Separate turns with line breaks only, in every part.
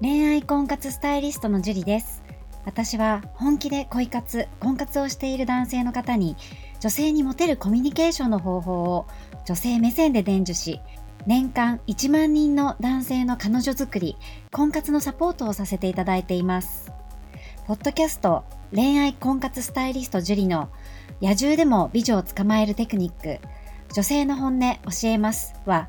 恋愛婚活スタイリストのジュリです。私は本気で恋活、婚活をしている男性の方に、女性にモテるコミュニケーションの方法を女性目線で伝授し、年間1万人の男性の彼女作り、婚活のサポートをさせていただいています。ポッドキャスト、恋愛婚活スタイリストジュリの野獣でも美女を捕まえるテクニック、女性の本音教えますは、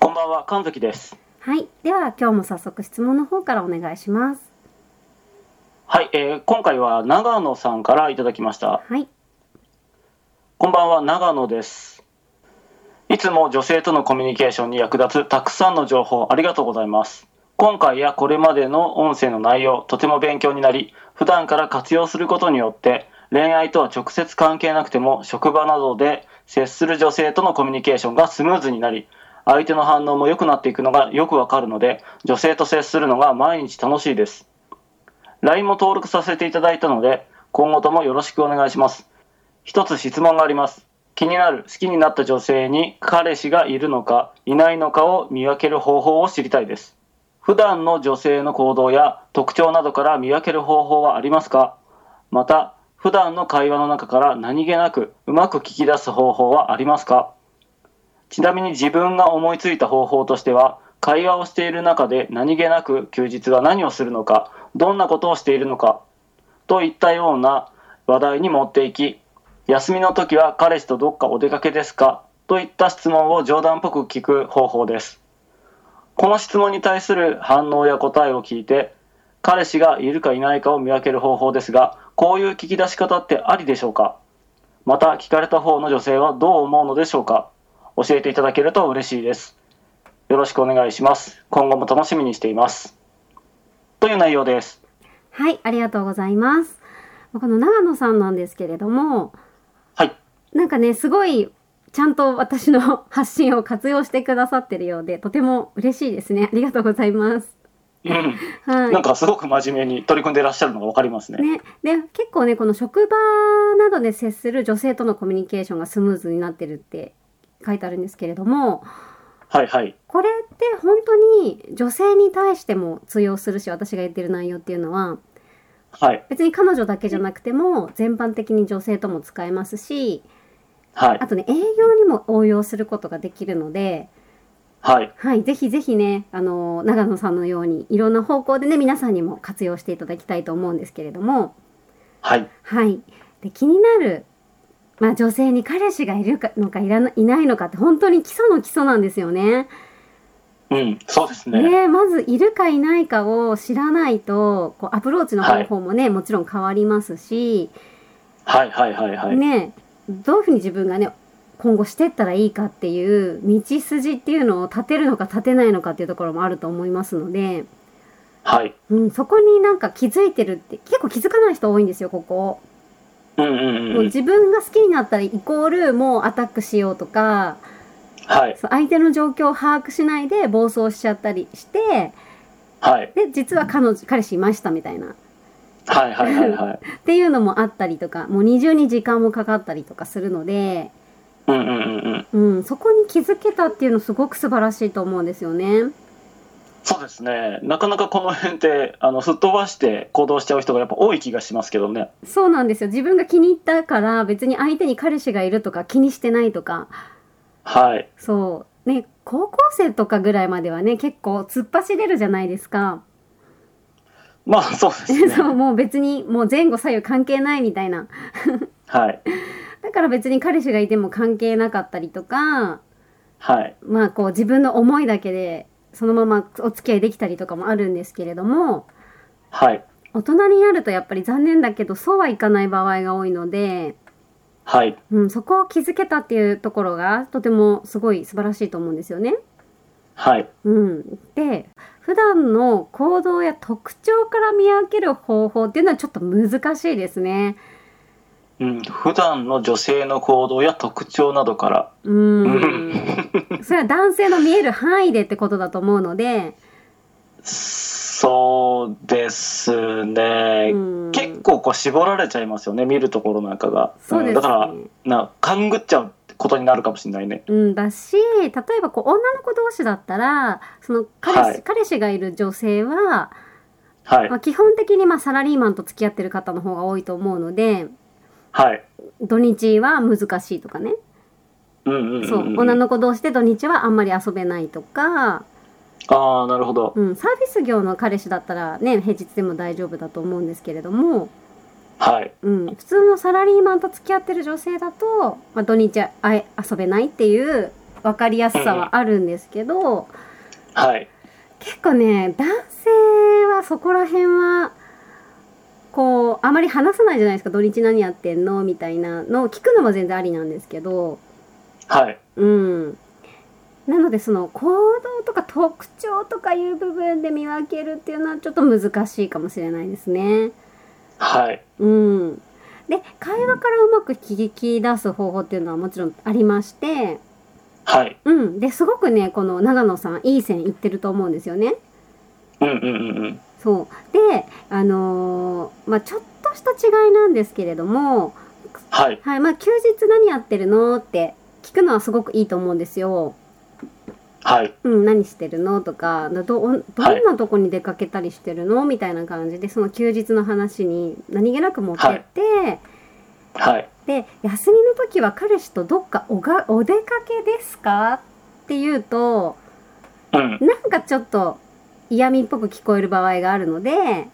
こんばんは、神崎です。
はい、では今日も早速質問の方からお願いします。
はい、えー今回は長野さんからいただきました。
はい、
こんばんは、長野です。いつも女性とのコミュニケーションに役立つたくさんの情報ありがとうございます。今回やこれまでの音声の内容、とても勉強になり、普段から活用することによって、恋愛とは直接関係なくても、職場などで接する女性とのコミュニケーションがスムーズになり、相手の反応も良くなっていくのがよくわかるので、女性と接するのが毎日楽しいです。LINE も登録させていただいたので、今後ともよろしくお願いします。一つ質問があります。気になる好きになった女性に彼氏がいるのかいないのかを見分ける方法を知りたいです。普段の女性の行動や特徴などから見分ける方法はありますかまた、普段の会話の中から何気なくうまく聞き出す方法はありますかちなみに自分が思いついた方法としては、会話をしている中で何気なく休日は何をするのか、どんなことをしているのか、といったような話題に持っていき、休みの時は彼氏とどっかお出かけですかといった質問を冗談っぽく聞く方法です。この質問に対する反応や答えを聞いて、彼氏がいるかいないかを見分ける方法ですが、こういう聞き出し方ってありでしょうかまた聞かれた方の女性はどう思うのでしょうか教えていただけると嬉しいです。よろしくお願いします。今後も楽しみにしています。という内容です。
はい、ありがとうございます。この長野さんなんですけれども、
はい。
なんかね、すごい、ちゃんと私の発信を活用してくださってるようで、とても嬉しいですね。ありがとうございます。
うん
はい。
なんかすごく真面目に取り組んでらっしゃるのが分かりますね。
ね、で結構ねこの職場などで接する女性とのコミュニケーションがスムーズになってるって書いてあるんですけれども
はいはい。
これって本当に女性に対しても通用するし私が言ってる内容っていうのは
はい。
別に彼女だけじゃなくても全般的に女性とも使えますし
はい
あ。とね営業にも応用することができるので、
はい。
はい、ぜひぜひねあの長野さんのようにいろんな方向でね皆さんにも活用していただきたいと思うんですけれども、
はい。
はい、で気になる、まあ、女性に彼氏がいるかのかいらないないのかって本当に基礎の基礎なんですよね。
うん。そうですね。
ねまずいるかいないかを知らないとこうアプローチの方法もね、もちろん変わりますし。
はいはいはいはい。
ねどういうふうに自分がね今後してったらいいかっていう道筋っていうのを立てるのか立てないのかっていうところもあると思いますので、
はい。
うん、そこになんか気づいてるって結構気づかない人多いんですよここ、
うんうんうん
もう
うん。
自分が好きになったらイコールもうアタックしようとか
はい。
そう相手の状況を把握しないで暴走しちゃったりして
はい。
で実は彼女彼氏いましたみたいな
はいはいはいはい。
っていうのもあったりとかもう二重に時間もかかったりとかするので
うんうんうんうん。
うん、そこに気づけたっていうのすごく素晴らしいと思うんですよね。
そうですね。なかなかこの辺って、あの、すっ飛ばして行動しちゃう人がやっぱ多い気がしますけどね。
そうなんですよ。自分が気に入ったから別に相手に彼氏がいるとか気にしてないとか、
はい。
そう。ね、高校生とかぐらいまではね、結構突っ走れるじゃないですか。。
まあそうですね
そうもう別にもう前後左右関係ないみたいな
はい。
だから別に彼氏がいても関係なかったりとか
はい。
まあこう自分の思いだけでそのままお付き合いできたりとかもあるんですけれども
はい。
大人になるとやっぱり残念だけどそうはいかない場合が多いので、
はい。
うん、そこを気づけたっていうところがとてもすごい素晴らしいと思うんですよね。
はい。
うん、で普段の行動や特徴から見分ける方法っていうのはちょっと難しいですね。
うん。普段の女性の行動や特徴などから。
うん、 それは男性の見える範囲でってことだと思うので、
そうですね。
うん、
結構こう絞られちゃいますよね。見るところなんかが。
そうですね
んだから、な、勘ぐっちゃうことになるかもしれないね。
うん、だし例えばこう女の子同士だったらその彼氏,、
はい
彼氏がいる女性は、
はい
ま。あ、基本的にまあサラリーマンと付き合ってる方の方が多いと思うので
はい。
土日は難しいとかね、
うんうんうん、うん。
そう女の子同士で土日はあんまり遊べないとか、
ああ、なるほど。
うん、サービス業の彼氏だったらね平日でも大丈夫だと思うんですけれども、
はい。
うん、普通のサラリーマンと付き合ってる女性だと、まあ、土日はあえ遊べないっていう分かりやすさはあるんですけど。
はい。
結構ね男性はそこら辺はこうあまり話さないじゃないですか土日何やってんのみたいなのを聞くのも全然ありなんですけど
はい。
うんなのでその行動とか特徴とかいう部分で見分けるっていうのはちょっと難しいかもしれないですね。
はい。
うん、で会話からうまく聞き出す方法っていうのはもちろんありまして、
はい。
うん、ですごくねこの長野さんいい線いってると思うんですよね。
うんうんうんうん。
そうであのーまあちょっとした違いなんですけれども、
はい。
はいまあ、休日何やってるのって聞くのはすごくいいと思うんですよ。
はい。
うん、何してるのとかどどどんなとこに出かけたりしてるの、みたいな感じでその休日の話に何気なく持ってって、
はい。
で休みの時は彼氏とどっかおがお出かけですかって言うと
うん。
なんかちょっと嫌味っぽく聞こえる場合があるので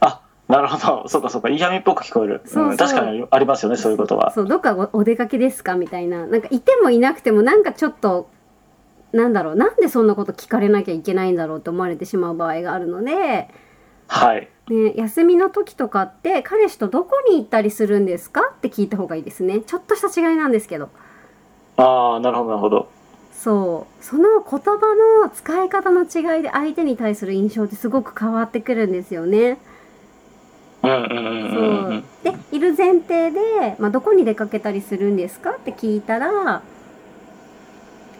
あ、なるほど。そうかそうか。嫌味っぽく聞こえる。、
そうそうん
確かにありますよね、そういうことは。
そうどっかおお出かけですかみたいななんかいてもいなくてもなんかちょっとなんだろうなんでそんなこと聞かれなきゃいけないんだろうって思われてしまう場合があるので、ね、
はい。
休みの時とかって彼氏とどこに行ったりするんですかって聞いた方がいいですねちょっとした違いなんですけど
ああ、なるほど、なるほど。
そうその言葉の使い方の違いで相手に対する印象ってすごく変わってくるんですよね。
うんうんうん
そ
うんう。
うんでいる前提で、まあ、どこに出かけたりするんですかって聞いたら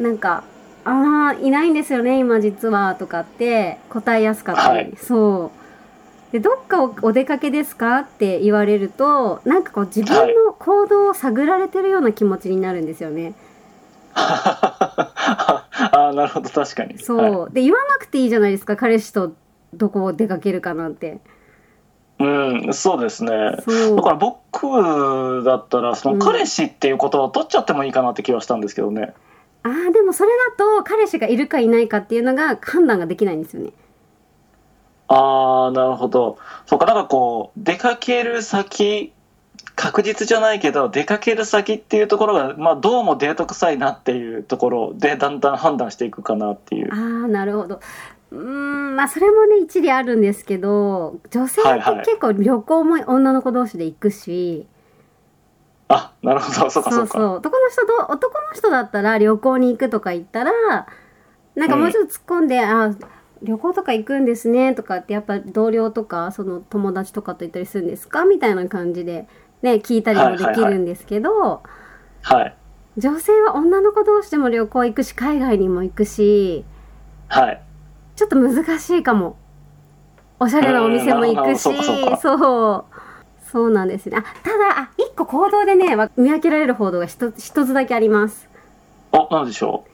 なんか「ああいないんですよね今実は」とかって答えやすかったり、
はい
そうでどっかおお出かけですかって言われるとなんかこう自分の行動を探られてるような気持ちになるんですよね。
あ あ、なるほど、確かに。
そう、
はい
で言わなくていいじゃないですか彼氏とどこを出かけるかなんて。
うん、そうですね。
そう
だから僕だったら、そ
うん
の彼氏っていうことを取っちゃってもいいかなって気はしたんですけどね。
あーでもそれだと彼氏がいるかいないかっていうのが判断ができないんですよね。
ああ、なるほど。そうか、なんかこう、出かける先、確実じゃないけど、出かける先っていうところが、まあ、どうもデート臭いなっていうところで、だんだん判断していくかなっていう
あ。ーなるほどうーんまあそれもね一理あるんですけど女性
はい
っ
はい
て結構旅行も女の子同士で行くし、
あ、なるほど、そうかそうか。
男の人と男の人だったら旅行に行くとか言ったらなんかもうちょっと突っ込んで、あ旅行とか行くんですねとかってやっぱ同僚とかその友達とかと行ったりするんですかみたいな感じで、ね、聞いたりもできるんですけど、
はい。
女性は女の子同士でも旅行行くし海外にも行くし
はい。
ちょっと難しいかも。おしゃれなお店も行くし、
うんなるほどそうか
そうそうなんですね。あ、ただ、あ、一個行動でね、わ見分けられる報道が一つ一つだけあります。
お、なんでしょ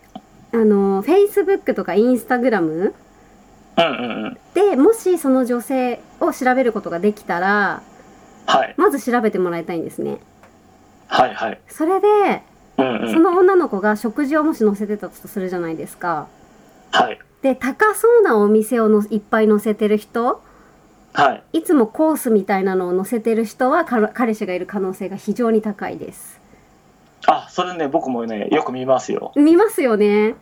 あの、Facebook とか Instagram
う。うんうんうん。
で、もしその女性を調べることができたら、
はい。
まず調べてもらいたいんですね。
はいはい。
それで、
うんう
そ
ん。
の女の子が食事をもし載せてたとするじゃないですか。
はい。
で、高そうなお店をのいっぱい載せてる人
はい。
いつもコースみたいなのを載せてる人はか彼氏がいる可能性が非常に高いです。
あ、それね、僕もね、よく見ますよ。
見ますよね。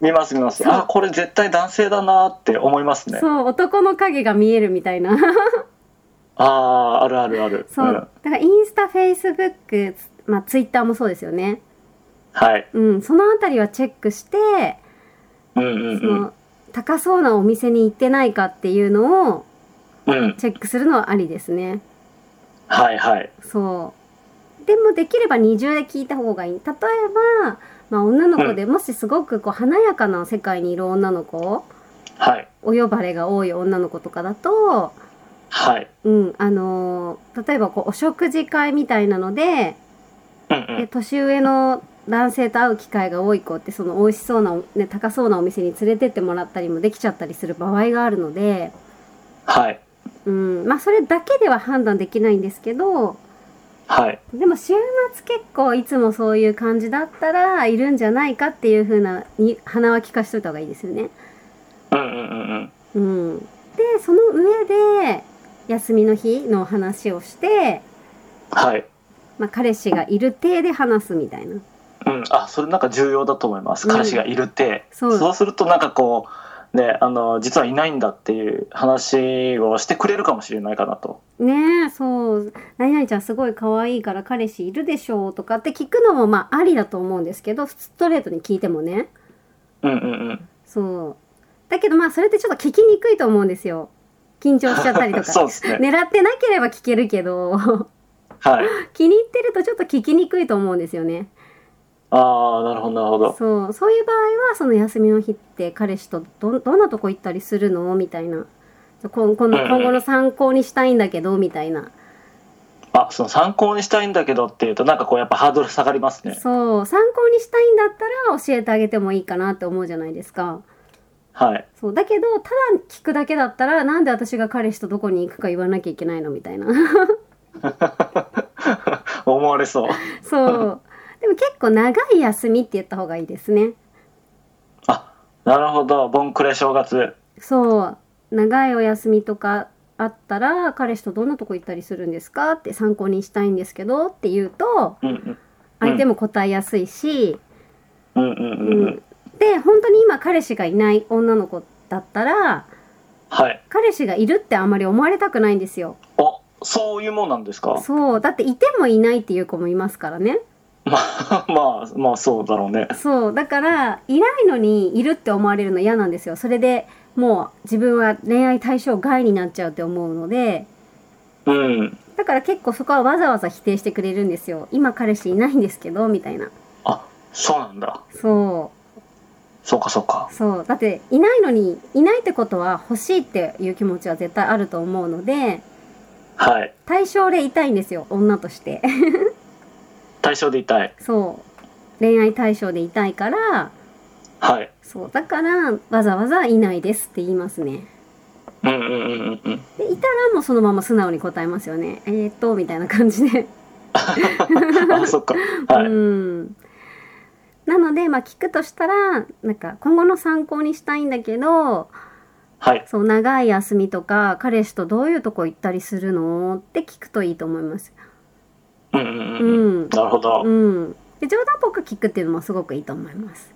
見ます、見ます。
そう
あ、これ絶対男性だなって思いますね。
そう、男の影が見えるみたいな。
ああー、あるあるある。
そう。
ん
だからインスタ、フェイスブック、まあツイッターもそうですよね。
はい。
うん、そのあたりはチェックして、
うんうん
そ
うん。
の高そうなお店に行ってないかっていうのを
うん。
チェックするのはありですね。
はいはい。
そう。でもできれば二重で聞いた方がいい。例えば、まあ女の子でもしすごくこう華やかな世界にいる女の子、
はい。
お呼ばれが多い女の子とかだと、
はい。
うん、あのー例えばこうお食事会みたいなので、
うんう
で
ん。
年上の男性と会う機会が多い子ってその美味しそうな、ね、高そうなお店に連れてってもらったりもできちゃったりする場合があるので、
はい。
うん、まあそれだけでは判断できないんですけど
はい。
でも週末結構いつもそういう感じだったらいるんじゃないかっていう風なに鼻は利かしといた方がいいですよね。
うんうんうんうん。
うん、でその上で休みの日の話をして、
はい。
まあ、彼氏がいる体で話すみたいな。
うん、あそれなんか重要だと思います
うん
彼氏がいるって、
そう
そうするとなんかこうねあの実はいないんだっていう話をしてくれるかもしれないかなと
ねえそう「何々ちゃんすごい可愛いから彼氏いるでしょ」とかって聞くのもまあありだと思うんですけどストレートに聞いてもね
うんうんうん
そうだけどまあそれってちょっと聞きにくいと思うんですよ緊張しちゃったりとか
そうですね
狙ってなければ聞けるけど
はい
気に入ってるとちょっと聞きにくいと思うんですよね
ああなるほどなるほど
そうそういう場合はその休みの日って彼氏とどどんなとこ行ったりするのみたいな今今
うんう
の
ん
今後の参考にしたいんだけどみたいな
あその参考にしたいんだけどっていうとなんかこうやっぱハードル下がりますね
そう参考にしたいんだったら教えてあげてもいいかなって思うじゃないですか
はい
そうだけどただ聞くだけだったらなんで私が彼氏とどこに行くか言わなきゃいけないのみたいな
思われそう
そうでも結構長い休みって言った方がいいですね
あなるほどボンクレ正月
そう長いお休みとかあったら彼氏とどんなとこ行ったりするんですかって参考にしたいんですけどって言うと
うんうん
相手も答えやすいし、
うんうん
う
うんうん
で本当に今彼氏がいない女の子だったら
はい
彼氏がいるってあんまり思われたくないんですよ
おそういうもんなんですか
そうだっていてもいないっていう子もいますからね
ま あまあまあそうだろうね
そうだからいないのにいるって思われるの嫌なんですよそれでもう自分は恋愛対象外になっちゃうって思うので
うん
だから結構そこはわざわざ否定してくれるんですよ今彼氏いないんですけどみたいな
あそうなんだ
そ
そうかそうか
うそうだっていないのにいないってことは欲しいっていう気持ちは絶対あると思うので
はい
対象でいたいんですよ女として
対象でいたい
そう恋愛対象でいたいから
はい
そうだからわざわざいないですって言いますね
うんうんうんうんうん
でいたらもうそのまま素直に答えますよねえー、っとみたいな感じで、
あそっかはい、
うんなのでまあ聞くとしたらなんか今後の参考にしたいんだけど
はい
そう長い休みとか彼氏とどういうとこ行ったりするのって聞くといいと思います
うんうん
う
うん
ん
なるほど、うん、
うんで冗談っぽく聞くっていうのもすごくいいと思います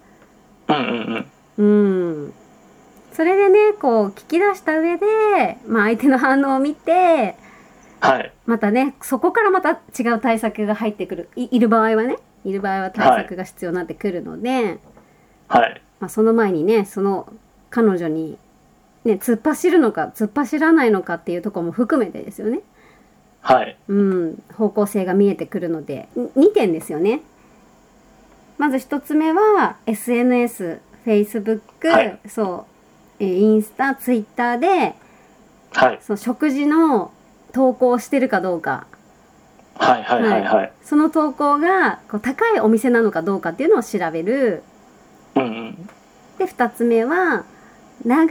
うんうん
うんそれでねこう聞き出した上で、まあ、相手の反応を見て
はい
またねそこからまた違う対策が入ってくるいいる場合はねいる場合は対策が必要になってくるので、
はい
まあ、その前にねその彼女に、ね、突っ走るのか突っ走らないのかっていうところも含めてですよね、
はい
うん、方向性が見えてくるのでに2点ですよねまず1つ目は SNSFacebook、
はい
そうえーインスタツイッターで
はい
その食事の投稿をしてるかどうか
はいはいはいはい
その投稿がこう高いお店なのかどうかっていうのを調べる。
うんうん
で、二つ目は、長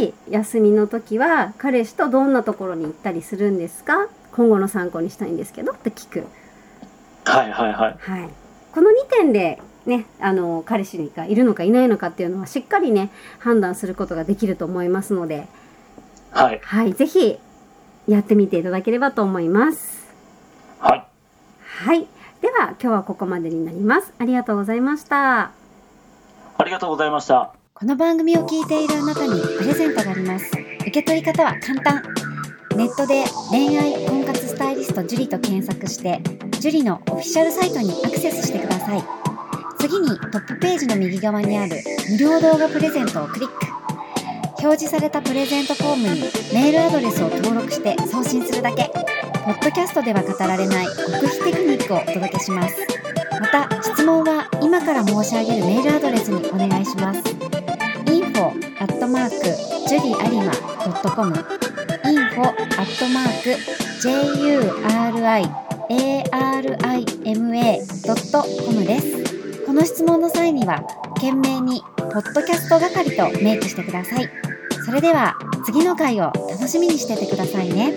い休みの時は彼氏とどんなところに行ったりするんですか今後の参考にしたいんですけどって聞く。
はいはいはい
はい。この2点でね、あの、彼氏がいるのかいないのかっていうのはしっかりね、判断することができると思いますので、
はい
はい、ぜひ、やってみていただければと思います。
はい。
はい。では、今日はここまでになります。ありがとうございました。
ありがとうございました。
この番組を聞いているあなたにプレゼントがあります。受け取り方は簡単。ネットで恋愛婚活スタイリスト樹と検索して、樹のオフィシャルサイトにアクセスしてください。次にトップページの右側にある無料動画プレゼントをクリック。表示されたプレゼントフォームにメールアドレスを登録して送信するだけ。ポッドキャストでは語られない極秘テクニックをお届けします。また、質問は今から申し上げるメールアドレスにお願いします。info アットマーク juriarima.com info アットマーク juriarima.com ですこの質問の際には懸命にポッドキャスト係と明記してくださいそれでは次の回を楽しみにしててくださいね